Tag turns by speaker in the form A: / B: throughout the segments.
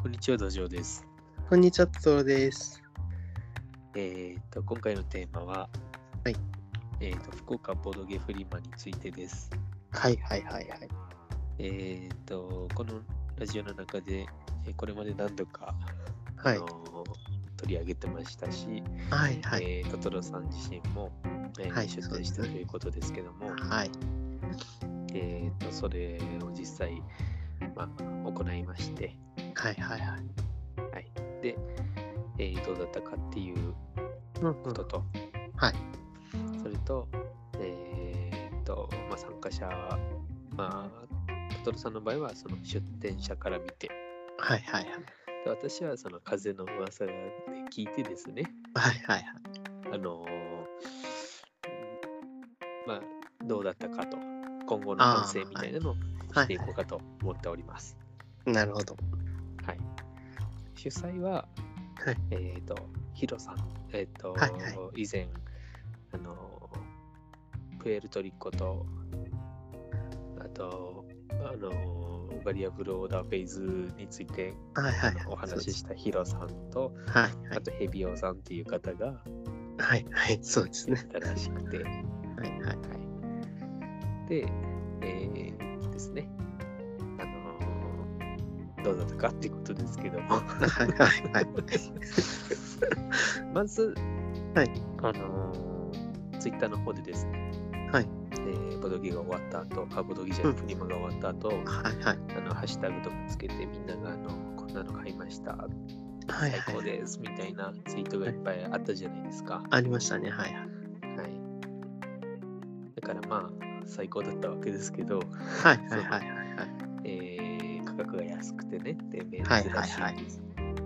A: こんにちは、土壌です。
B: こんにちは、トロです。
A: えーっと、今回のテーマは、
B: はい。
A: えーっと、福岡ボードゲフリマについてです。
B: はいはいはいはい。
A: えーっと、このラジオの中で、えーこれまで何度か、
B: はい
A: あのー取り上げてましたし、
B: はいはい。
A: えートトロさん自身も、えー
B: はい
A: 出
B: そう
A: 展
B: で
A: し
B: す
A: た
B: ね
A: ということですけども、
B: はい。
A: えーっと、それを実際、まあ、行いまして、
B: はいはいはい。
A: で、えーどうだったかっていう
B: うんう
A: こ
B: ん
A: とと、
B: はい
A: それと、えーっと、まあ、参加者、まあ、トトロさんの場合は、その出店者から見て、
B: はいはいはい。
A: で私はその風の噂で聞いてですね、
B: はいはいはい。
A: あのーまあ、どうだったかと、今後の反省みたいなのを
B: は
A: し
B: い
A: ていこうかと思っております。
B: なるほど。
A: はい。主催は、
B: はい
A: えーっと、ヒロさん、えーっと、
B: はいは
A: 以前、あの、プエルトリコと、あと、あの、バリアブルオーダーフェイズについて
B: はいはい
A: お
B: はい。そうで
A: 話し
B: す
A: したヒロさんと、
B: はいは
A: あとヘビオさんっていう方が
B: い。はいはい。そうです
A: 出
B: ね。
A: たらしくて、は
B: はいはい。
A: い。で、えー、ですね、あの、どうだったかっていうことですけども、
B: はいはいはい。
A: まず、
B: はい
A: あのツイッター Twitter の方でですね、
B: はい
A: えーボドギが終わった後、あ、ボドギじゃなくて、リマが終わった後、
B: はいはい。
A: あの、ハッシュタグとかつけて、みんなが、あの、こんなの買いました、
B: はい
A: 最
B: はい
A: 高
B: はい。
A: です、みたいなツイートがいっぱいあったじゃないですか。は
B: ありましたね。はいはい。
A: い。だから、まあ、最高だったわけですけど、
B: はいはいはいはいはい。
A: えー価格が安くてね、で、珍しい、
B: はい
A: い
B: はいは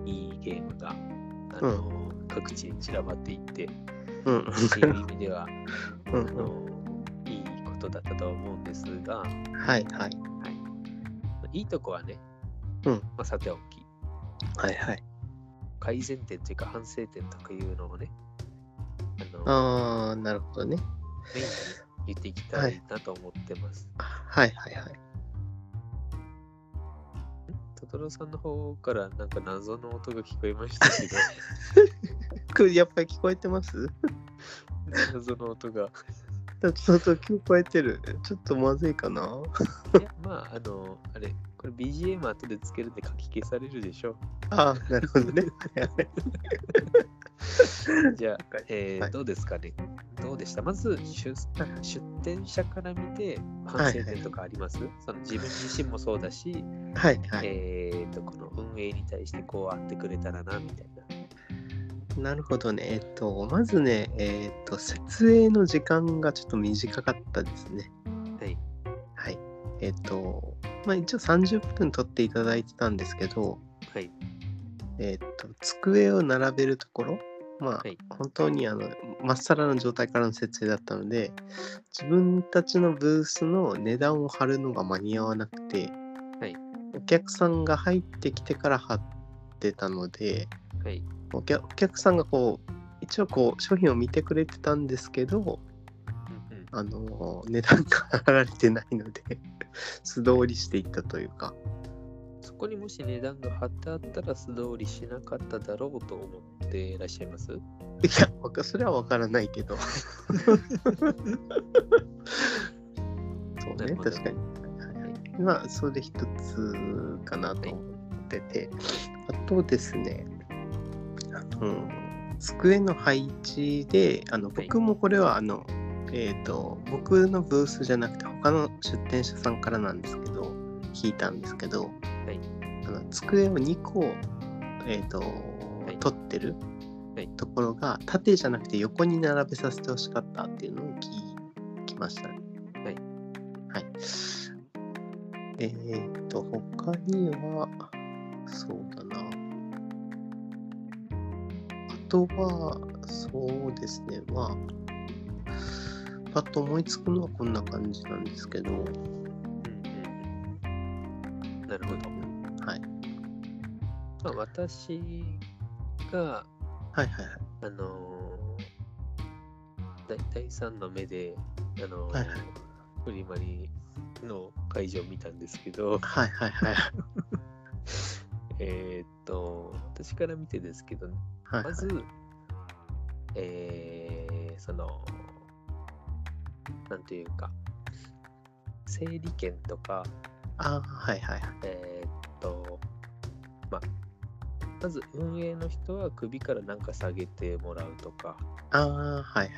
B: い
A: いゲームが、あの各地に散らばっていって、
B: うんうん
A: っていう意味では、
B: う
A: あ
B: ん う
A: のいいことだったとは思うんですが、
B: ん。はいはい。
A: いいとこはね、
B: うん
A: まあ、さておき、
B: はいはい。
A: 改善点というか反省点とかいうのをね、あの
B: あー、なるほどね。
A: メインに言っていきたいなと思ってます。
B: はいはいはい。
A: トトロさんの方からなんか謎の音が聞こえましたけど、
B: これやっぱり聞こえてます
A: 謎の音が。
B: ちょっと聞こえてる。ちょっとまずいかな。
A: いや、まあ、あの、あれ、これ BGM 後でつけるんで書き消されるでしょ。
B: ああ、なるほどね。
A: じゃあ、えー
B: はい
A: どうですかねどうでしたまず出出店者から見て反省点とかあります、その自分自身もそうだし、
B: はいはい。
A: えー、とこの運営に対してこうあってくれたらなみたいな。
B: なるほどね。えっと、まずね、えっと、設営の時間がちょっと短かったですね。
A: はい。
B: はい。えっと、まあ一応30分撮っていただいてたんですけど、
A: はい。
B: えっと、机を並べるところ、まあ、
A: はい
B: 本当にあの、まっさらな状態からの設営だったので、自分たちのブースの値段を貼るのが間に合わなくて、
A: はい
B: お客さんが入ってきてから貼ってたので、
A: はい。
B: お客お客さんがこう一応こう商品を見てくれてたんですけど
A: うんうん
B: あの値段が貼られてないので素通りしていったというか
A: そこにもし値段が貼ってあったら素通りしなかっただろうと思っていらっしゃいます
B: いやわかそれは分からない けどそう
A: な
B: ね
A: るほど
B: 確かに、はい、まあそれ一つかなと思っててあとですねあの机の配置であの
A: はい
B: 僕もこれはあの、えー、と僕のブースじゃなくて他の出店者さんからなんですけど聞いたんですけど、
A: い
B: あの机を2個、えーと
A: い
B: 取ってる
A: はい
B: ところが縦じゃなくて横に並べさせてほしかったっていうのを聞きましたね。
A: はい。
B: はい。えっ、と、他には、そうだな。あとは、そうですね、まあ、パッと思いつくのはこんな感じなんですけど、
A: うんうんなるほど。
B: はい。
A: まあ、私が、
B: はいはいはい。
A: あのー、だ第3の目で、あのー
B: はいはい
A: フリマリの会場を見たんですけど、
B: はいはいはい。
A: えーっと、私から見てですけど、
B: はいは
A: ま
B: い。
A: ず、えーその、なんというか、整理券とか、
B: あーはいはいはい。
A: えーっと、まあ、まず運営の人は首からなんか下げてもらうとか、
B: ああ、はいはいはい。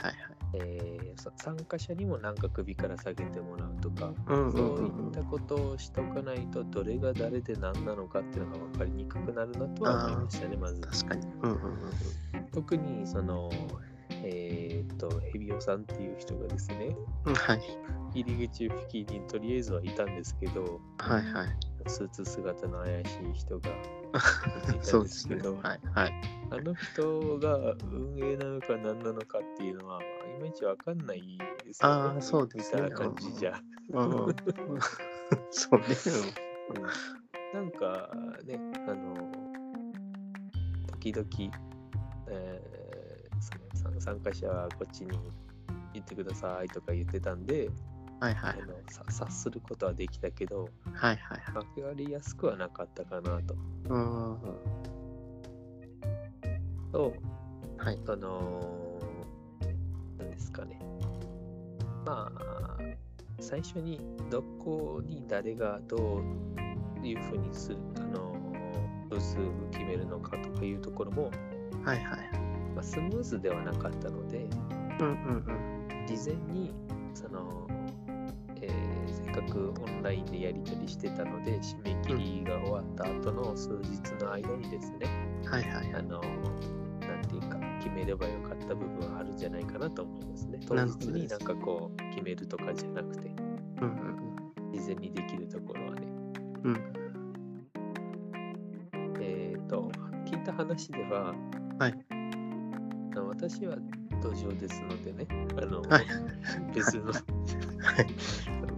A: えーそ参加者にもなんか首から下げてもらうとか、
B: うんうん
A: そう
B: う
A: い
B: ん
A: っ
B: う
A: た
B: ん。
A: ことをしとかないと、どれが誰で何なのかっていうのが分かりにくくなるなとは思いましたね、まず。
B: 確かに。うんうんうんうん。
A: 特にその、えーっと、ヘビオさんっていう人がですね、
B: うんはい。
A: 入り口付近にとりあえずはいたんですけど、
B: はいはい。
A: スーツ姿の怪しい人 がいたんですけど、
B: そうですね。はいはい。
A: あの人が運営なのか何なのかっていうのは、まあいまいちわかんないです
B: あーそうですね
A: 見た感じじゃ。
B: うんうんそうね。
A: うんなんかね、あの、時々、えーその参参加者はこっちに行ってくださいとか言ってたんで、
B: うんはいはい
A: あのさ察することはできたけど、
B: はいはいはい。
A: 分かりやすくはなかったかなと。
B: うんうんうん
A: と、
B: はい。
A: あのー、なんですかね。まあ、最初にどこに誰がどういうふうにする、あのー、部数を決めるのかとかいうところも、
B: はいはい。
A: まあ、スムーズではなかったので、
B: うんうん
A: 事前に、その、えーせっかくオンラインでやり取りしてたので、締め切りが終わった後の数日の間にですね、
B: うん。はいはい。
A: あの、なんていうか、決めればよかった部分はあるんじゃないかなと思いますね。当
B: なるほど
A: 日に
B: です
A: なんかこう、決めるとかじゃなくて、
B: うんうん
A: 事前にできるところはね。
B: うん。
A: えっ、と、聞いた話では、
B: はい
A: あの。私は土壌ですのでね、あの、
B: はい
A: 別の、
B: はい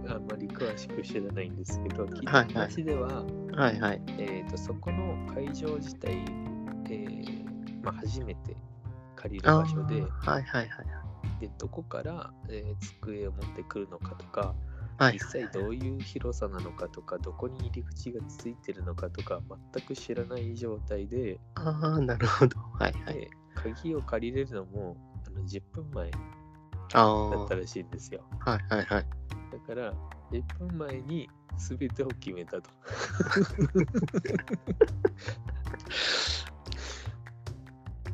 A: あんまり詳しく知らないんですけど、聞いた
B: はいはい
A: 話では、
B: うん。はいはい。
A: えー、とそこの会場自体、えーまあ、初めて借りる
B: あ
A: 場
B: ー
A: 所で、
B: はいはいはい。
A: でどこから、えー机を持ってくるのかとか、
B: はい
A: 実際どういう広さなのかとかどこに入り口がついてるのかとか全く知らない状態で,、
B: ああ、なるほど。はいはい。
A: で鍵を借りれるのもあの10分前だ
B: ああ。は
A: ったらしいんですよ
B: いはいはい。
A: だから10分前に全てを決めた と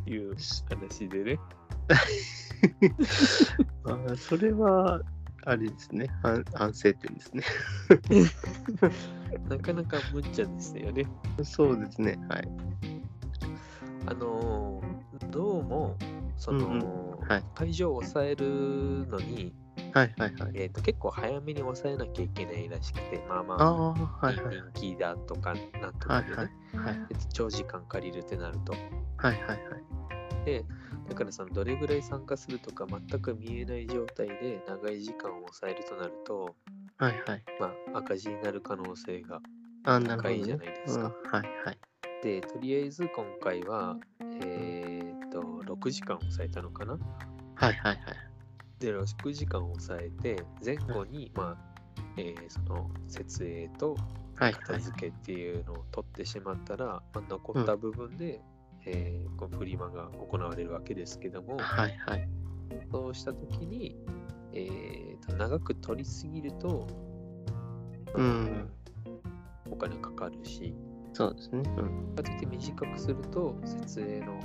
A: いう話でね
B: あーそれは、あれですね。反反省点ですね。
A: なかなかむっちゃんですよね
B: そうですね。はい。
A: あのーどうもその、
B: うんはい
A: 会場を抑えるのに、
B: はいはいはい。
A: えー、と結構早めに抑えなきゃいけないらしくてまあま
B: あ
A: あ
B: あ、はいはい。
A: 人気だとかなんと
B: は
A: か
B: い
A: でね、
B: はい。はい
A: で長時間借りるってなると
B: はいはいはい。
A: でだからそのどれぐらい参加するとか全く見えない状態で長い時間を抑えるとなると、
B: はいはい。
A: まあ、赤字になる可能性が
B: あーなるほ
A: 高
B: ど、
A: い
B: ね。
A: じゃないで
B: う
A: す
B: ん
A: か。
B: はいはい。
A: でとりあえず今回はえーっと6時間抑えたのかな
B: はいはいはい。
A: で6時間を抑えて前後に、まあえーその設営と
B: はいは
A: 片
B: い。
A: 付けっていうのを取ってしまったら、まあ、残った部分で、えーこうフリマが行われるわけですけども
B: はいはい。
A: そうした時に、えーと長く取りすぎると
B: うん。
A: お金かかるし
B: そうですね。うん。
A: かといって短くすると設営の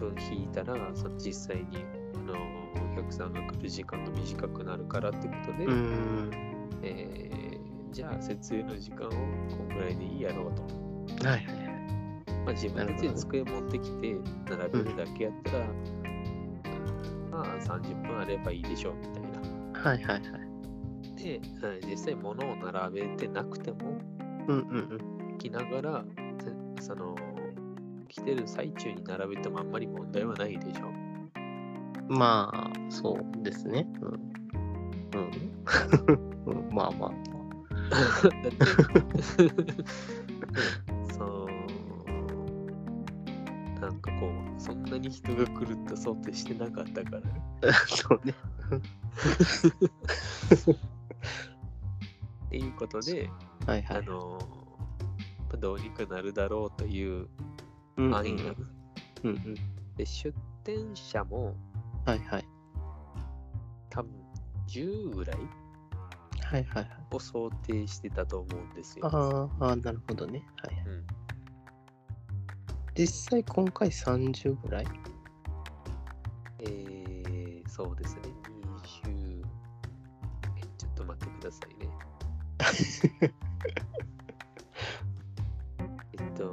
A: 分引いたらその実際にあのお客さんが来る時間が短くなるからってことで、
B: うん。
A: えーじゃあ設営の時間をこんぐらいでいいやろうと、
B: はいはいはい。
A: まあ、自分たちで机持ってきて並べるだけやったら、まあ30分あればいいでしょうみたいな
B: はいはいはい。
A: ではい実際物を並べてなくても
B: うんうん
A: 来ながらせその来てる最中に並べてもあんまり問題はないでし ょう
B: うん。まあ、そうですね。うん。うん。 うん、まあまあ。
A: だってそうなんかこうそんなに人が来るって想定してなかったからね
B: そうね。
A: っていうことで
B: はいは
A: あ
B: い。
A: のばどうにかなるだろうという
B: うんうん
A: 安易な。
B: うんうん。
A: で、出店者も
B: はいはい。
A: 多分10ぐらい
B: はいはいはい。
A: を想定してたと思うんですよ。
B: あーあー、なるほどね。はいはい。
A: うん、
B: 実際今回30ぐらい
A: えー、そうですね、20え、ちょっと待ってくださいね。 えっと、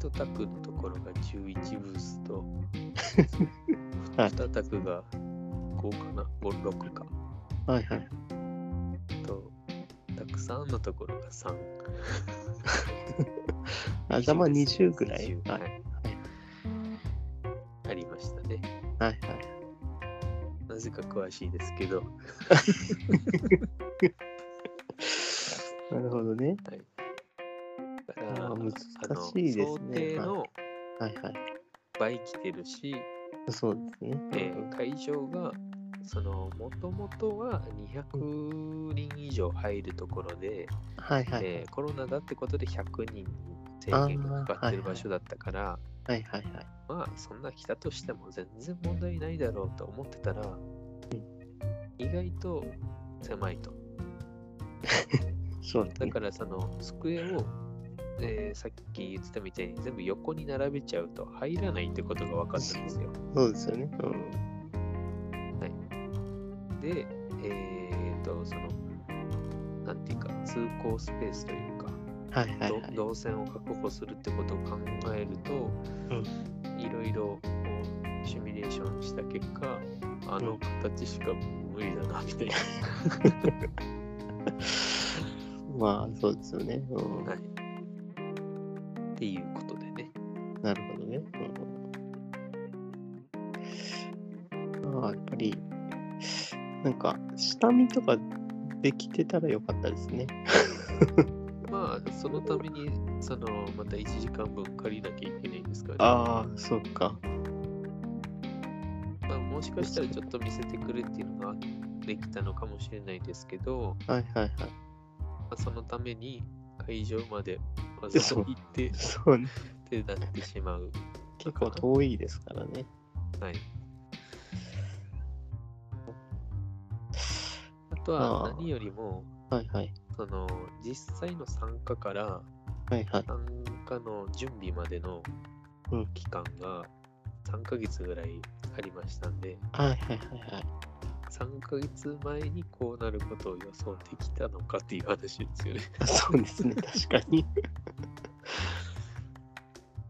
A: 1択のところが11ブース と、
B: はい
A: 2択が5かな、5、6か。
B: はいはい。
A: と、たくさんのところが3。
B: 頭20ぐらい。
A: 20
B: はい
A: はいありましたね。
B: はい
A: なぜか詳しいですけど、
B: はい。なるほどね。
A: だから
B: あー
A: あの
B: 難しいですね
A: 想定の
B: はいはい。
A: 倍来てるし、
B: そうですね。
A: えー会場がそのもともとは200人以上入るところで、
B: はいはい。
A: えーコロナだってことで100人制限がかかってる
B: あーはいはい
A: 場所だったから、
B: はいはいはい。
A: まあそんな来たとしても全然問題ないだろうと思ってたら、意外と狭いと。
B: そうです
A: だ
B: ね。
A: からその机を、えーさっき言ってたみたいに全部横に並べちゃうと入らないってことが分かったんですよ。
B: そうですよね。うん。
A: で、えー、と、その、なんていうか、通行スペースというか、
B: はいはい
A: ど
B: はい。
A: 動線を確保するってことを考えると、いろいろこうシミュレーションした結果、あの形しか無理だな、みたいな。
B: まあそうですよね。うん。
A: はいっていうことでね。
B: なるほどね。うん、まあやっぱりなんか下見とかできてたらよかったですね。
A: まあ、そのために、その、また1時間分借りなきゃいけないんですから、
B: ああそうか。
A: まあ、もしかしたらちょっと見せてくれっていうのができたのかもしれないですけど、
B: はいはいはい。
A: まあそのために会場までわざわざ
B: そう
A: 行ってっ
B: そうね。
A: てなってしまう。
B: 結構遠いですからね。
A: はい。あとは
B: あー
A: 何よりも、
B: はいはい。
A: その実際の参加から
B: はいはい。
A: 参加の準備までの
B: うん
A: 期間が3ヶ月ぐらいありましたんで、
B: はいはいはいはい。
A: 3ヶ月前にこうなることを予想できたのかっていう話です よね。
B: そうですね。確かに。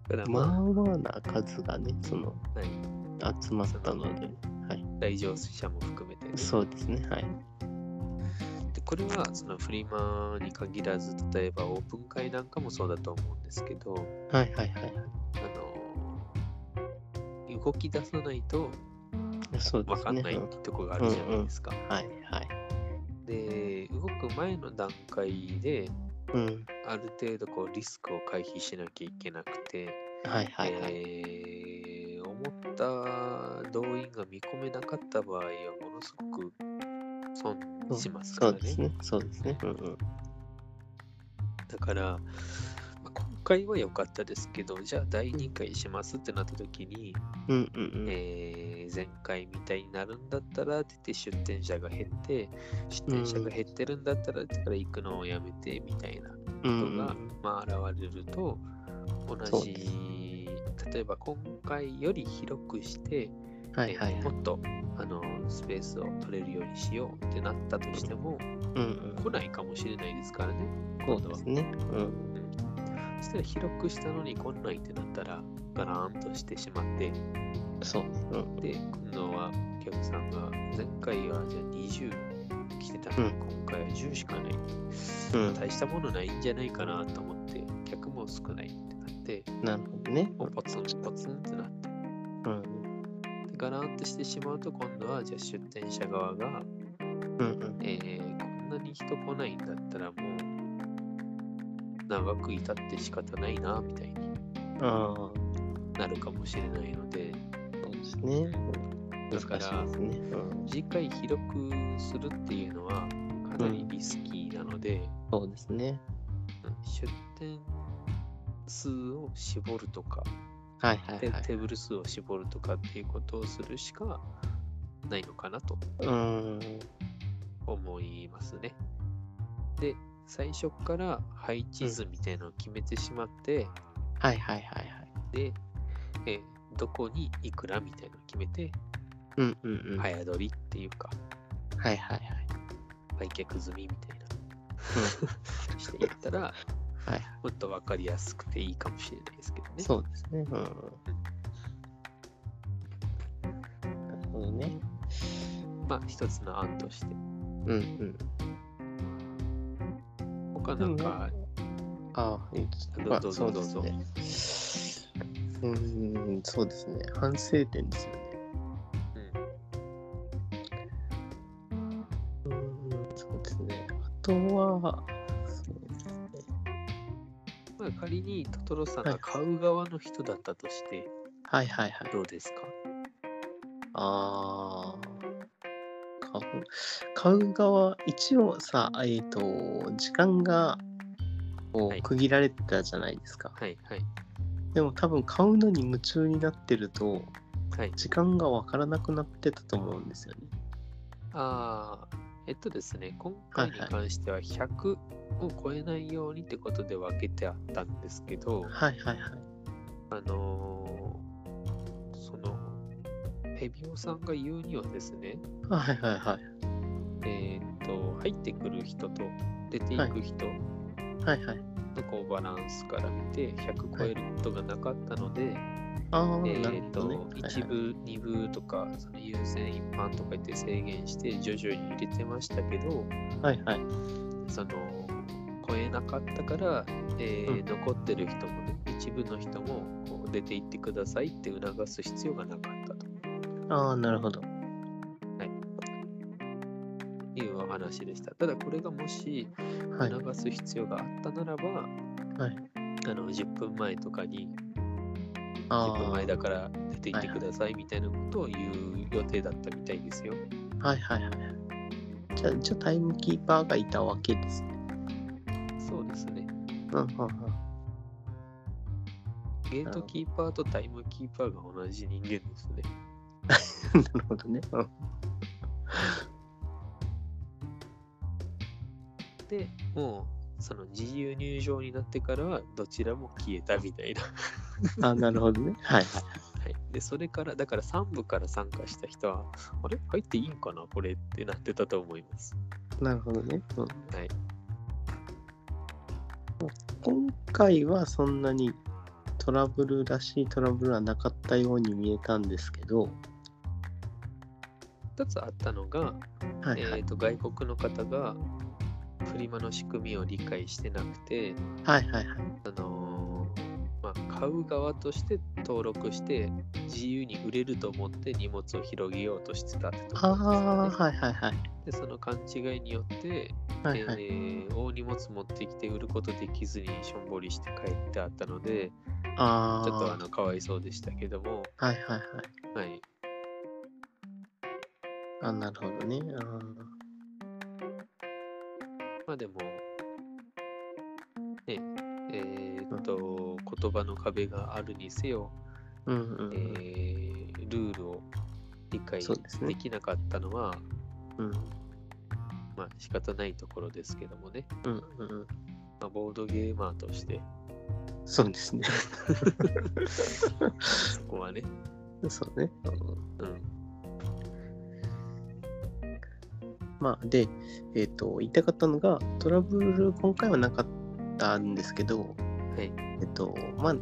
A: だから
B: まあ
A: ま
B: まあな数がね、その
A: あ、はい
B: 集まったので。はい。
A: 来場者も含めてね、
B: そうですね。はい。
A: でこれはそのフリマに限らず例えばオープン会なんかもそうだと思うんですけど
B: はいはいはいは
A: あの動き出さないと
B: い。そうで
A: 分
B: す
A: かん
B: ね。
A: ない
B: うん
A: とこがあるじゃないですか。
B: はいはい。
A: で動く前の段階で
B: うん。
A: ある程度こうリスクを回避しなきゃいけなくて、
B: はいはいはい。
A: えー思った動員が見込めなかった場合はものすごく損しますか
B: そ
A: ら
B: うですね。そうですね。うんうん。
A: だから、まあ今回は良かったですけど、じゃあ第2回しますってなった時に、
B: うんうんうん。
A: えー前回みたいになるんだったらって言って出店者が減って、出店者が減ってるんだったらだから行くのをやめてみたいなこ
B: うん
A: と
B: うん
A: が、まあ現れると、同
B: そうで
A: じ、例えば今回より広くして、
B: はいはいは
A: え
B: い
A: ー。もっとあのスペースを取れるようにしようってなったとしても、
B: うんうん。
A: 来ないかもしれないですからね、
B: そ
A: 今
B: う
A: 度
B: で
A: は
B: す。ね。うん。
A: そしたら広くしたのに来ないってなったらガラーンとしてしまってで
B: そう。うん。
A: 今度はお客さんが前回はじゃあ20来てたのに
B: うん
A: 今回は10しかない、
B: うん
A: 大したものないんじゃないかなと思って客も少ないってなって
B: なるほどね。
A: もうポツンポツンってなって
B: うん。
A: でガラーンとしてしまうと今度はじゃあ出店者側が、
B: うんうん。
A: えーこんなに人来ないんだったらもう長くいたって仕方ないなみたいに
B: ああ。
A: なるかもしれないので
B: そうですね。難
A: だ
B: しい
A: から
B: ですね。うん。
A: 次回広くするっていうのはかなりリスキーなので、
B: そうですね。
A: うん出店数を絞るとか、
B: はいはい
A: テ
B: はい。
A: テーブル数を絞るとかっていうことをするしかないのかなと
B: うーん。
A: 思いますね。で、最初から配置図みたいなのを決めてしまって、
B: はいはいはいはい。
A: で、えーどこにいくらみたいなのを決めて、
B: うんうんうん。はい
A: 早取りっていうか、
B: はいはい。
A: 売却済みみたいな、 していったら、
B: はい
A: もっと分かりやすくていいかもしれないですけどね。
B: そうですね。うん。なるほどね。
A: まあ、一つの案として。
B: うんうん。
A: 他なんか、
B: ああ、いいですね。まあ
A: どう
B: そ
A: ぞ
B: うですね。うーん、そうですね。反省点ですよね。
A: うん
B: うーん、そうですね。あとは、そうですね。
A: まあ、仮にトトロさんが買う側の人だったとして、
B: はいはいはい。
A: どうですか
B: ああ。買う買う側、一応さ、えっ、と、時間がこ
A: は
B: う
A: い
B: 区切られてたじゃないですか。
A: はいはい
B: でも多分買うのに夢中になってると、
A: はい。
B: 時間がわからなくなってたと思うんですよね。
A: ああ、えっとですね、今回に関しては100を超えないようにってことで分けてあったんですけど、
B: はいはいはい。
A: あのーその、ヘビオさんが言うにはですね、
B: はいはいはい。
A: えーっと、入ってくる人と出ていく人の
B: はいはい。
A: こうバランスから見て、100超えることがなかったので、
B: ああ、
A: え
B: なる
A: ーっ
B: ほ
A: と、
B: どね。はい
A: 一
B: はい
A: 部、二部とか、その優先一般とか言って制限して、徐々に入れてましたけど、
B: はいはい。
A: その超えなかったから、えー
B: うん
A: 残ってる人もね一部の人もこう出て行ってくださいって促す必要がなかったと
B: ああ、なるほど。
A: いうお話でしたただこれがもし
B: はい。
A: 促す必要があったならば、
B: はい、
A: あの10分前とかに
B: あ
A: 10分前
B: ー
A: だから出て行ってくださいみたいなことを言う予定だったみたいですよ
B: はいはいはい。じゃあ、じゃあタイムキーパーがいたわけですね。
A: そうですね
B: うんうん うん。
A: ゲートキーパーとタイムキーパーが同じ人間ですね
B: なるほどね。うん
A: でもうその自由入場になってからはどちらも消えたみたいな
B: ああ、なるほどね。 はいはい。
A: はい、でそれからだから3部から参加した人はあれ入っていいんかなこれってなってたと思います、
B: なるほどね。うん
A: はい、
B: 今回はそんなにトラブルらしいトラブルはなかったように見えたんですけど、
A: 2つあったのが、
B: はいは
A: え
B: い
A: ー、。と外国の方がフリマの仕組みを理解してなくて、
B: はいはいはい。
A: あのーまあ、買う側として登録して自由に売れると思って荷物を広げようとしてたってとこ
B: あ
A: ろです
B: あ、
A: かね
B: はいはいはい。
A: でその勘違いによって、
B: はいはい。
A: えー大荷物持ってきて売ることできずにしょんぼりして帰ってあったので、
B: ああ、
A: ちょっとあのかわいそうでしたけども、
B: はいはいは
A: は
B: い。
A: い、
B: あなるほどね。あー
A: まあでも、ね、えーっと、言葉の壁があるにせよ、
B: うんう
A: え
B: ん
A: ールールを理解
B: そうですね
A: できなかったのは、
B: うん。うん
A: まあ仕方ないところですけどもね、
B: うんうん。
A: まあ、ボードゲーマーとして、
B: そうですね。
A: そこはね、
B: そうね。
A: うん、
B: まあ、で、えっ、と、言いたかったのが、トラブル、今回はなかったんですけど、
A: はい、
B: えっ、と、まあ、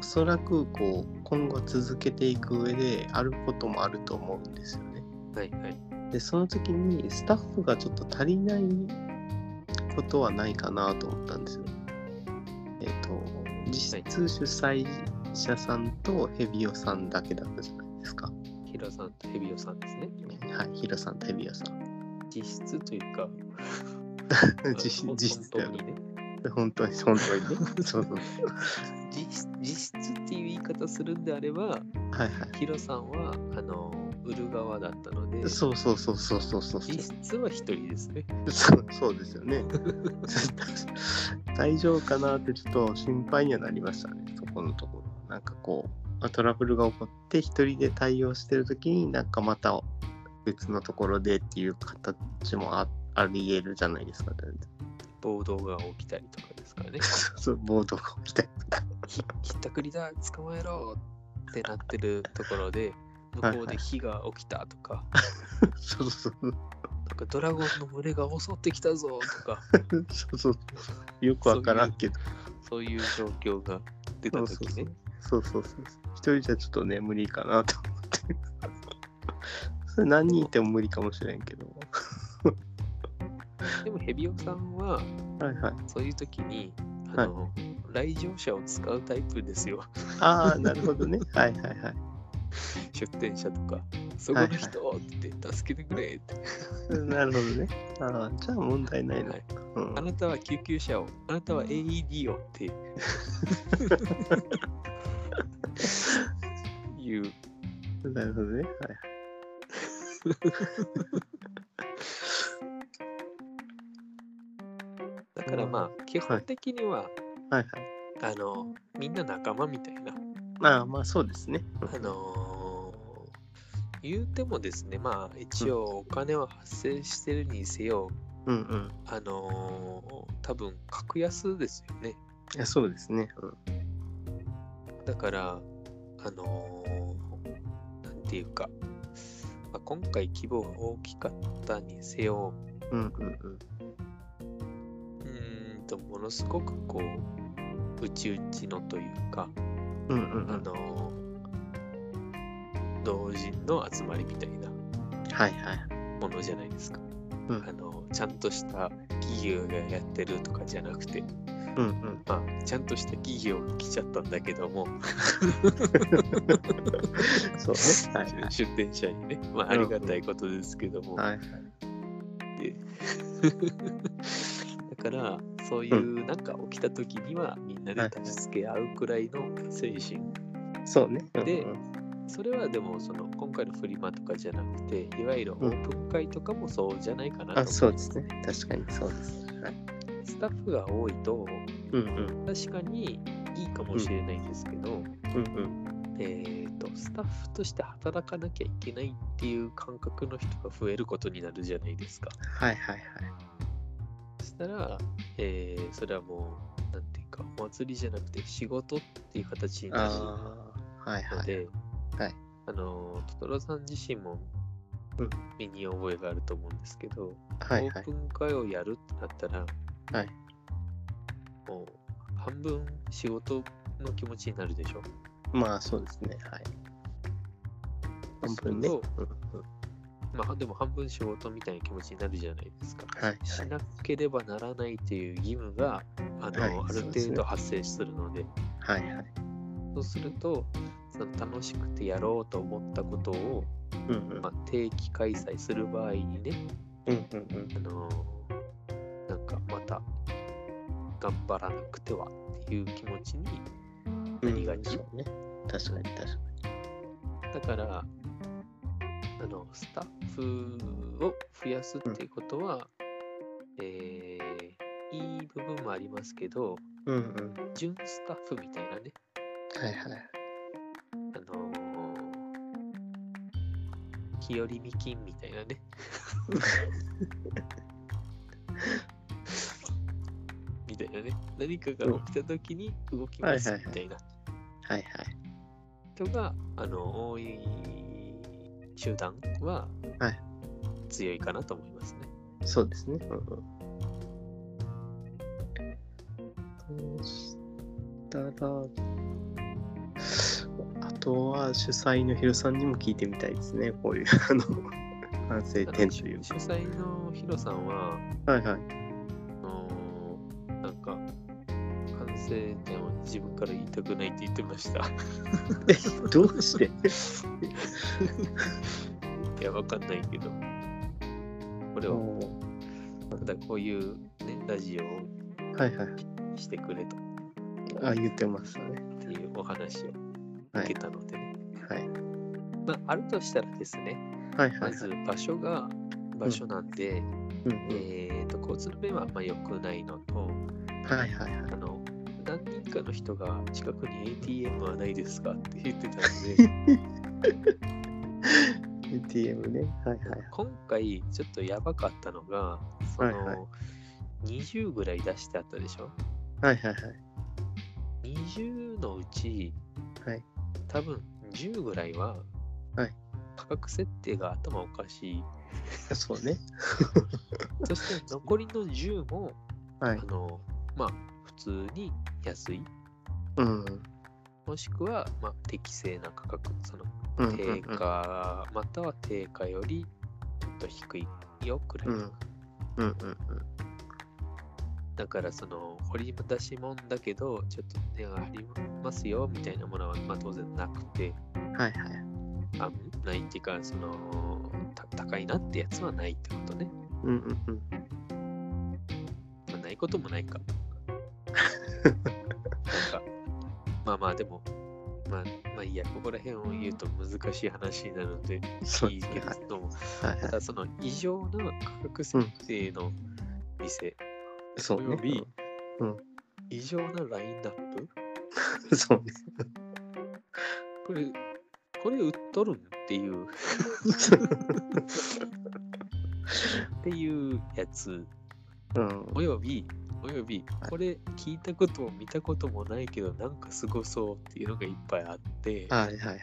B: おそらく、こう、今後続けていく上で、あることもあると思うんですよね。
A: はい、はい、
B: で、その時に、スタッフがちょっと足りないことはないかなと思ったんですよ。えっ、と、実質主催者さんとヘビオさんだけだったじゃないですか。
A: ヒロさんとヘビオさんですね。
B: はい、ヒロさんとヘビオさん。
A: 実質というか、
B: 実
A: 本
B: 実質
A: 当
B: だよね
A: に。ね。
B: 本当に本当にね。 そうそう。
A: 実実質っていう言い方するんであれば、
B: はいはい。
A: ヒロさんはあの売る側だったので、
B: そうそうそうそうそうそうそう
A: 実質は一人ですね。
B: そうそうですよね 大丈夫かなってちょっと心配にはなりましたねそこのところなんかこうまあトラブルが起こって一人で対応してる時になんかまた別のところでっていう形もああり得るじゃないですか全然
A: 暴動が起きたりとかですからね。
B: そう暴動が起きたりとか
A: ひひったくりだ、捕まえろってなってるところで、向こうで火が起きたとか、
B: そうそうそ
A: な
B: う
A: んかドラゴンの群れが襲ってきたぞと か、
B: そうそうそうよくわからんけど
A: そういう状況が出た時ね。
B: そうそうそう一人じゃちょっとね無理かなと思ってそれ何人いても無理かもしれんけど
A: でもヘビオさんは、
B: はいはい
A: そういう時に、あの、来場者を使うタイプですよ。
B: ああなるほどねはいはいはい
A: 出店者とか、そこの人って助けてくれって。
B: なるほどね。ああ、じゃあ問題ないな
A: はい。
B: うん
A: あ、なたは救急車を、あなたは AED を って。いう
B: なるほどね。はい。
A: だからまあ基本的には、
B: はいはい。
A: あのみんな仲間みたいな
B: まあまあ、そうですね。
A: あのー言うてもですねまあ一応お金は発生してるにせよ、
B: うんうん。
A: あのー多分格安ですよね
B: いやそうですね。うん
A: だからあのーなんていうか、まあ、今回規模が大きかったにせよ
B: うんうんうん。
A: うーんとものすごくこううちうちのというか
B: うんうんう
A: あ
B: ん。
A: の同人の集まりみたいな
B: はいはい。
A: ものじゃないですか。
B: うん
A: あのちゃんとした企業がやってるとかじゃなくて、
B: うんうん。
A: まあ、ちゃんとした企業が来ちゃったんだけども、
B: そうね。はいはい。
A: 出店者にね、まあ、ありがたいことですけども、
B: はいはい。
A: だからそういうなんか起きた時にはみんなで助け合うくらいの精神、
B: そうね。うんうん
A: でそれはでもその今回のフリマとかじゃなくていわゆるオープン会とかもそうじゃないかなと
B: あ、
A: 思
B: そううですね。確かにそうです。はい。
A: スタッフが多いと
B: うんうん。
A: 確かにいいかもしれないんですけど、
B: うんうん。
A: えー、とスタッフとして働かなきゃいけないっていう感覚の人が増えることになるじゃないですか。
B: はいはいはい。
A: そしたら、えーそれはもうなんていうかお祭りじゃなくて仕事っていう形になるの
B: ああ。はいはい。
A: で、
B: はいはい
A: あのトトロさん自身も
B: うん
A: 身に覚えがあると思うんですけど、
B: はい
A: オ
B: は
A: ー
B: い
A: プ。ン会をやるってなったら、
B: はい
A: もう半分仕事の気持ちになるでしょ。
B: まあそうですね。はい。半分ね。
A: そううん
B: うん
A: まあでも半分仕事みたいな気持ちになるじゃないですか。
B: はいはい。
A: しなければならないという義務があの、
B: はい
A: ある
B: そうです
A: 程
B: ね
A: 度発生するので、
B: はいはい。
A: そうするとその楽しくてやろうと思ったことを、
B: うんうん。
A: まあ、定期開催する場合にね、
B: うんうんうん。
A: あのなんかまた頑張らなくてはっていう気持ちになりがち。
B: そうね。確かに確かに。
A: だからあのスタッフを増やすっていうことは、えーいい部分もありますけど
B: うんうん。
A: 純スタッフみたいなね
B: はいはい。
A: あのー日和美金みたいなねみたいなね何かが起きた時に動きます
B: はいはいはい
A: みたいな
B: はいはい。
A: 人があの多い集団は
B: はい
A: 強いかなと思いますね。
B: そうですね。うんうん。そしたら、あとは主催のヒロさんにも聞いてみたいですね。こういう、あの、反省
A: あ
B: 点
A: の
B: と
A: 主
B: いう
A: 主催のヒロさんは、
B: か。はいはい。
A: あのーなんか、反省点を自分から言いたくないって言ってました。
B: え、どうして
A: いや、わかんないけど。これは、ただこういう、ね、ラジオを
B: はいはい。
A: してくれと
B: あ、言ってますね。
A: っていうお話を
B: は
A: 受け
B: い。
A: たのでね、
B: はい。
A: まあ、あるとしたらですね、
B: はいは
A: ま
B: い。
A: ず場所が場所なんで、
B: うん
A: えー、と交通の便はあんま良くないのと、
B: うん、はいはいはい。
A: あの何人かの人が近くに ATM はないですかって言ってたので、
B: ATM ね。はいはいはい。
A: 今回ちょっとやばかったのが、その、
B: はいはい
A: 20ぐらい出してあったでしょ
B: はいはいはい。
A: 20のうち、
B: はい
A: 多分10ぐらいは、
B: はい
A: 価格設定が頭おかし い。
B: そうね。
A: そして残りの10も、
B: は
A: あ
B: い。
A: の、まあ、普通に安い、
B: うん。
A: もしくは、まあ、適正な価格、その
B: うんうん
A: 定価、または定価よりちょっと低いよくらい。
B: うんうんうんうん
A: だから、その、掘り出しもんだけど、ちょっと値がありますよ、みたいなものは、まあ、当然なくて、
B: うん。はいはい。
A: あないっていうかそのた高いなってやつはないってことね、
B: うんうんうん。
A: まあ、ないこともないかなんか まあまあでもまあまあいいやここら辺を言うと難しい話なので
B: そう
A: い
B: で
A: い
B: す
A: け
B: ね。はい
A: れども
B: はい
A: た
B: は
A: だその異常な価格設定の店、
B: い。そう
A: および
B: ね。うん
A: 異常なラインナップ
B: そうね。
A: これこれ売っとるんっていうっていうやつ
B: うん。
A: および、および、
B: はい
A: これ聞いたことも見たこともないけど、なんかすごそうっていうのがいっぱいあって、あ
B: はいはいはい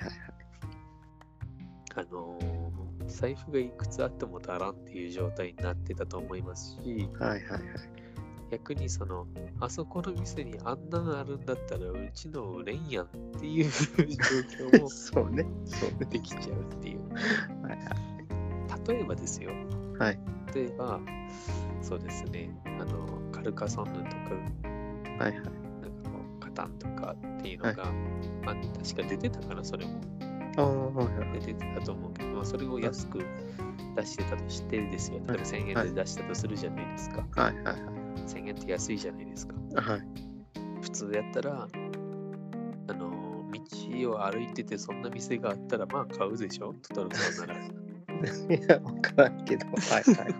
B: はい。
A: のー財布がいくつあっても足らんっていう状態になってたと思いますし、
B: はいはいはい。
A: 逆にその、あそこの店にあんなのあるんだったら、うちの売れんやんっていう状況も
B: そうね。そうね。
A: できちゃうっていう。
B: はいはい。
A: 例えばですよ。
B: はい
A: 例えば、そうですね、あの、カルカソンヌとか、
B: はいはい。
A: なんかこうカタンとかっていうのが、まあ、確か出てたからそれも
B: ああ、はいはい。
A: 出てたと思うけど、まあ、それを安く出してたとしてですよ例えば1000
B: は
A: 円
B: い
A: で出したとするじゃないですか、
B: はいはい
A: 1000円って安いじゃないですか
B: はい。はい。
A: 普通やったらあのー道を歩いててそんな店があったらまあ買うでしょトトロさん なら
B: いや、わからんけど。は いはい。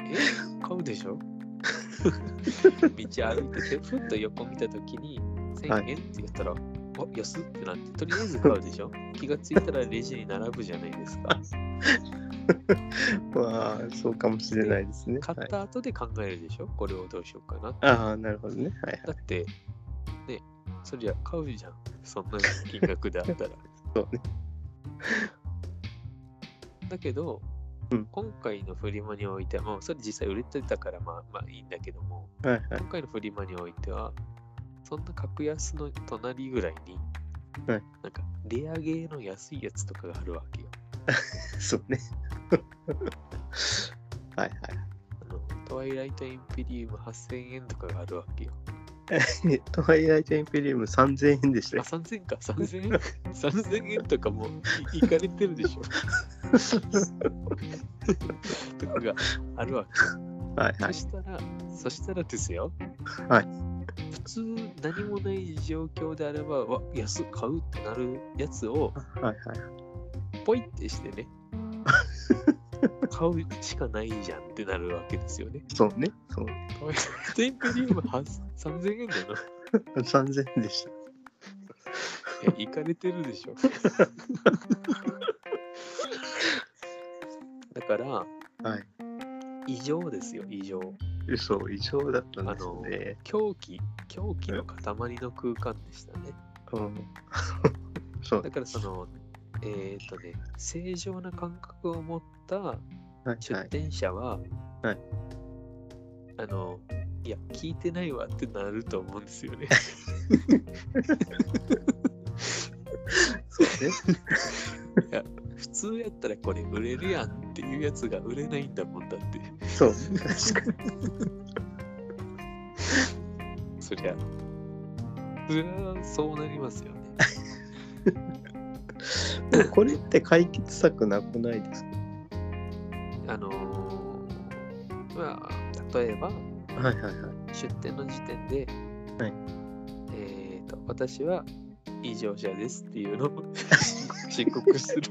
A: え買うでしょ道歩いててふっと横見た時に
B: は
A: 1000
B: い
A: 円って言ったら、お安っってなってとりあえず買うでしょ気がついたらレジに並ぶじゃないですか
B: まあ、そうかもしれないですね。
A: 買
B: は
A: っ
B: い、
A: た後で考えるでしょ、これをどうしようかなって
B: ああ、なるほどね。はいはい。
A: だってねそりゃ買うじゃんそんな金額であったら
B: そうね。
A: だけど、
B: うん
A: 今回のフリマにおいてはもうそれ実際売れてたからまあまあいいんだけども
B: はいはい。
A: 今回のフリマにおいてはそんな格安の隣ぐらいに、
B: はい
A: なんかレアゲーの安いやつとかがあるわけよ
B: そうね。はいはい。
A: あのトワイライトインペリウム8000円とかがあるわけよ
B: え トワイライトインペリウム3000円でし
A: あ、
B: たよ。
A: 3000か、3000円 ?3000 円とかもういいかれてるでしょ。とかがあるわけ。
B: はい
A: そ
B: はい。
A: したら、そしたらですよ。
B: はい。
A: 普通何もない状況であれば、わ、安く買うってなるやつを、
B: はい
A: ポイってして ね。買うしかないじゃんってなるわけですよね。
B: そうね。そうね。
A: テンペリウムは3000円だよな。
B: 3000円でした。
A: いかれてるでし ょ。だから、
B: はい。
A: 異常ですよ、異常。
B: 嘘、異常だったんですね。
A: 狂気、狂気の塊の空間でしたね。
B: うん。 そう
A: だから、その、えっ、とね、正常な感覚を持った
B: はいは
A: 出
B: い。
A: 店者は、
B: はい
A: あの、いや、聞いてないわってなると思うんです よね。
B: そうね。
A: いや、普通やったらこれ売れるやんっていうやつが売れないんだもんだって。
B: そう。確かに。
A: そりゃ、そりゃそうなりますよね。
B: でも これって解決策なくないです
A: あのーまあ、例えば、
B: かはいはいはい。
A: 出店の時点で、
B: はい
A: えっ、と、私は異常者ですっていうのを、申告する。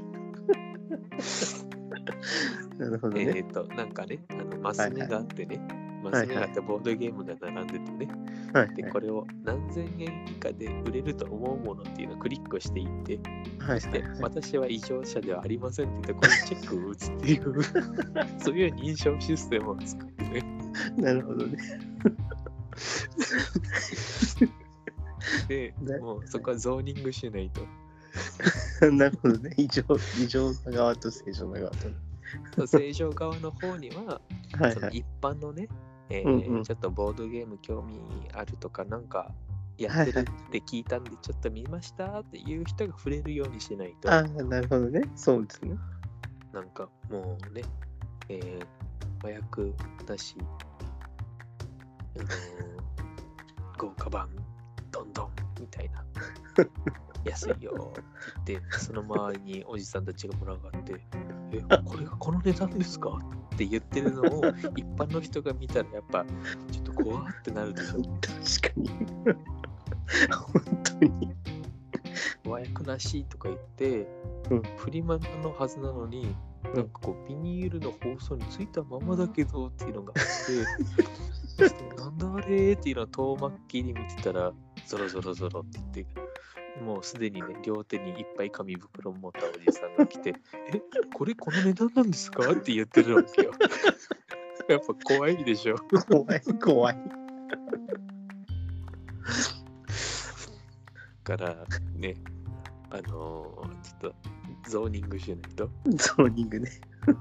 B: なるほど
A: え
B: ね。
A: っと、なんかね、あのマス目があってね、マス目があってボードゲームが並んでてね、
B: はいはい
A: で、これを何千円以下で売れると思うものっていうのをクリックしていって、
B: はい
A: し
B: は
A: て
B: いはい。
A: 私は異常者ではありませんって言って、このチェックを打つってい う、そういう認証システムを作ってね。
B: なるほどね。
A: で
B: ね、
A: もうそこはゾーニングしないと。
B: なるほどね。異常、異常な側と正常な側とね。
A: そう正常側の方には、
B: はい
A: その
B: はい。
A: 一般のね、えー
B: うんうん
A: ちょっとボードゲーム興味あるとか、なんかやってるって聞いたんで、ちょっと見ましたっていう人が触れるようにしないと、
B: ああ、なるほどね。そうですね。
A: なんかもうね、えー、麻薬だし、あのー豪華版、どんどんみたいな。安いよって言って、その周りにおじさんたちが群がって、え、これがこの値段ですかって言ってるのを一般の人が見たらやっぱちょっと怖ってなるでしょ。
B: 確かに。本当に。
A: 和訳なしとか言って、
B: うん
A: フリマのはずなのに、
B: ん
A: なんかこうビニールの包装についたままだけどっていうのがあ って、そしてなんだあれっていうのを遠巻きに見てたら、ゾロゾロゾロって言って、もうすでにね、両手にいっぱい紙袋を持ったおじさんが来て、え、これこの値段なんですかって言ってるわけよ。 やっぱ怖いでしょ。
B: 怖い、怖い。
A: からね、あのーちょっとゾーニングしないと、
B: ゾーニングね。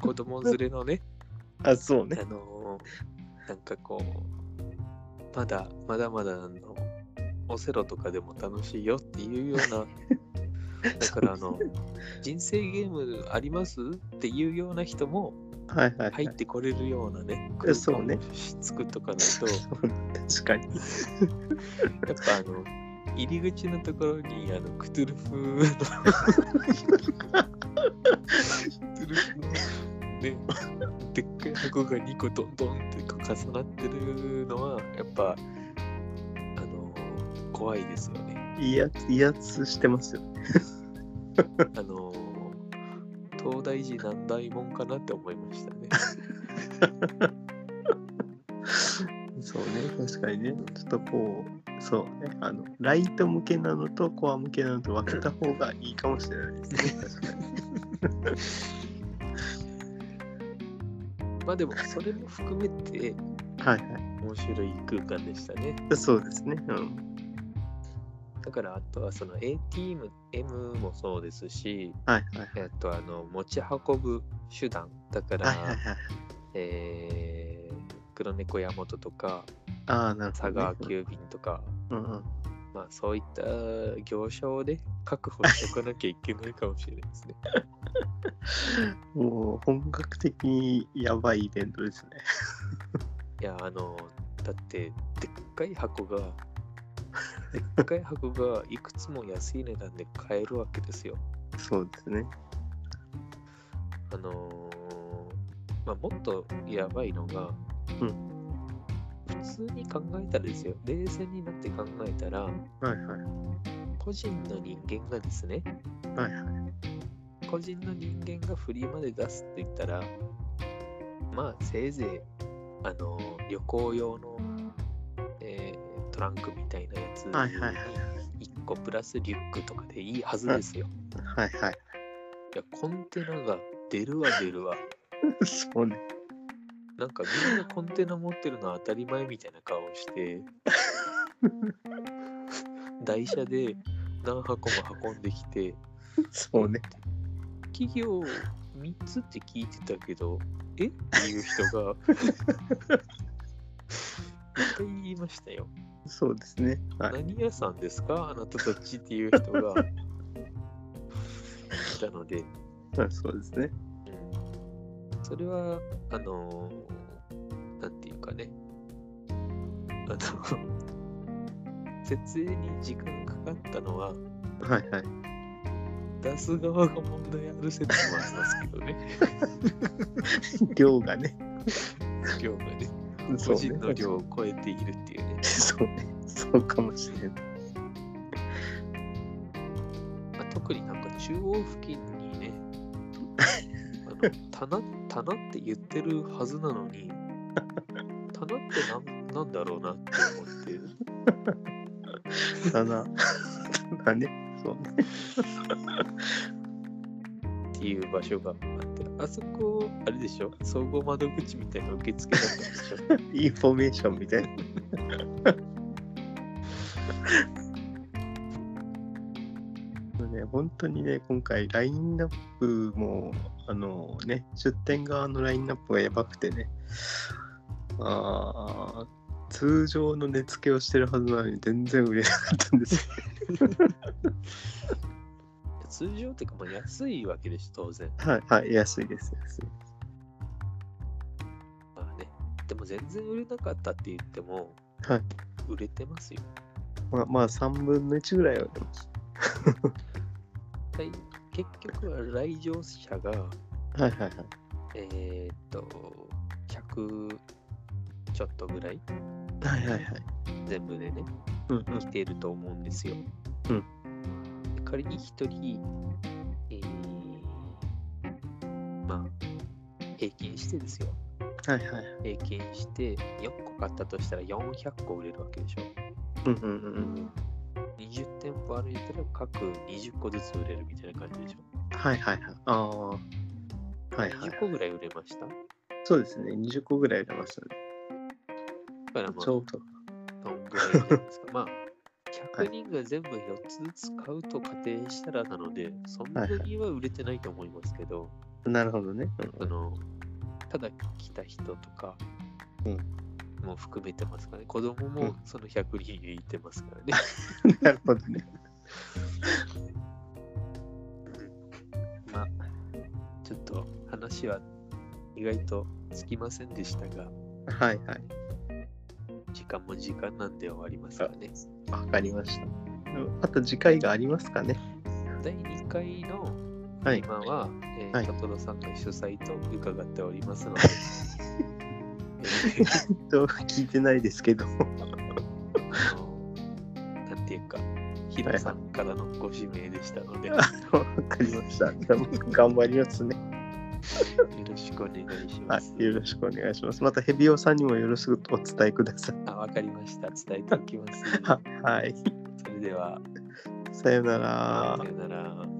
A: 子供連れのね、
B: あ、そうね。
A: あのーなんかこうまだまだまだあのオセロとかでも楽しいよっていうような だからあの人生ゲームありますっていうような人も
B: はいはい、は
A: 入
B: い
A: っ。てこれるようなね
B: えそうね
A: 空間をし作っとかないと
B: 確かに。
A: やっぱあの入り口のところにあのクトゥルフのクトゥルフのねでっかい箱が2個どんどんってこう重なってるのはやっぱあの怖いですよね
B: 威圧、威圧してますよ。
A: あの東大寺何大門かなって思いましたね
B: そうね。確かにね。ちょっとこう、そうね。あの、ライト向けなのとコア向けなのと分けた方がいいかもしれないです ね。確かに。
A: まあでもそれも含めて
B: はいは
A: 面白い空間でしたね
B: い。そうですね。うん。
A: だからあとはその ATM もそうですし
B: はいはい。
A: えっと、あの持ち運ぶ手段だから、
B: はいはいはい。
A: えー黒猫山本とか
B: ああ、なるほど、
A: 佐
B: ね。
A: 川急便とか、
B: うんうん。
A: まあ、そういった業者をね確保しておかなきゃいけないかもしれない ですね。
B: もう本格的にやばいイベントですね。
A: いやあのだってでっかい箱 がでっかい箱がいくつも安い値段で買えるわけですよ。
B: そうですね。
A: あのーまあ、もっとやばいのが、
B: う
A: 普通に考えたらですよ冷静になって考えたら
B: はいはい。
A: 個人の人間がですね
B: はいはい。
A: 個人の人間がフリーまで出すって言ったらまあせいぜいあの旅行用の、えートランクみたいなやつに
B: はいはいはい
A: 1個プラスリュックとかでいいはずですよ。
B: はいはい。
A: いやコンテナが出るわ出るわ。
B: そうね。
A: なんかみんなコンテナ持ってるのは当たり前みたいな顔 して、台車で何箱も運んできて、
B: そうね。
A: 企業3つって聞いてたけど、えっていう人が、いっぱい言いましたよ。
B: そうですね。はい。
A: 何屋さんですかあなたたちっていう人が、いたので、
B: まあそうですね。
A: うんそれは、あのーなんていうかね、あの、設営に時間かかったのは、
B: はいはい。
A: 出す側が問題ある説もありますけどね、
B: 量がね。
A: 量がね、
B: そ
A: 個
B: う
A: 人の
B: ね。
A: 量を超えているっていうね、
B: そうね。そうかもしれない。
A: まあ、特になんか中央付近に ね、あの棚棚って言ってるはずなのに、 棚ってなんなんだろうなって思って、
B: 棚棚ねそうね
A: っていう場所があって、あそこ、あれでしょ、総合窓口みたいな受付だったん でしょ。
B: インフォメーションみたいな そうね本当にね今回ラインナップもあのね出店側のラインナップがやばくてねあー通常の値付けをしてるはずなのに全然売れなかったんですよ
A: 通常っていうか、まあ、安いわけでしょ、当然。
B: はいはい安いです安い
A: まあね、でも全然売れなかったって言っても、
B: はい
A: 売れてますよ。
B: まあまあ3分の1ぐらいはでも
A: はい結局は来場者が、
B: はいはいはい
A: えーっと、100ちょっとぐらい
B: はいはいはい
A: 全部でね、
B: うんうん
A: 来てると思うんですよ。
B: うん
A: で仮に1人、えーまあ、平均してですよ。
B: はいはい
A: 平均して4個買ったとしたら400個売れるわけでしょ。
B: うんうんうんうん
A: 20店舗歩いたら各20個ずつ売れるみたいな感じでしょ。
B: はいはいはいああはいはいはい
A: 20個ぐらい売れました。だ
B: そうですね20個ぐらい売れましたね
A: からまあ、
B: ちょうど
A: どんぐらいなんですか。 まあ、
B: はい
A: 100人が全部4つずつ買うと仮定したらなので、そんなには売れてないと思いますけど、
B: なるほどね。
A: あのただ来た人とか、
B: うん
A: も含めてますからね。子供もその100人いてます からね。
B: なるほどね。
A: まあ、ちょっと話は意外とつきませんでしたが、
B: はいはい。
A: 時間も時間なんで終わりますかね。
B: わかりました。あと次回がありますかね。
A: 第2回の
B: はい。
A: 今は、えー
B: はい
A: トトロさんの主催と伺っております ので、
B: と聞いてないですけど。
A: えーあのなんていうか、ヒロさんからのご指名でしたので、よ
B: わかりました。じゃあ僕頑張りますね。
A: ろしくお願いし
B: は
A: ます。
B: い。よろしくお願いします。またヘビオさんにもよろしくお伝えください。
A: あわかりました。伝えておきます。
B: ははい。
A: それでは、
B: さようなら
A: さよなら。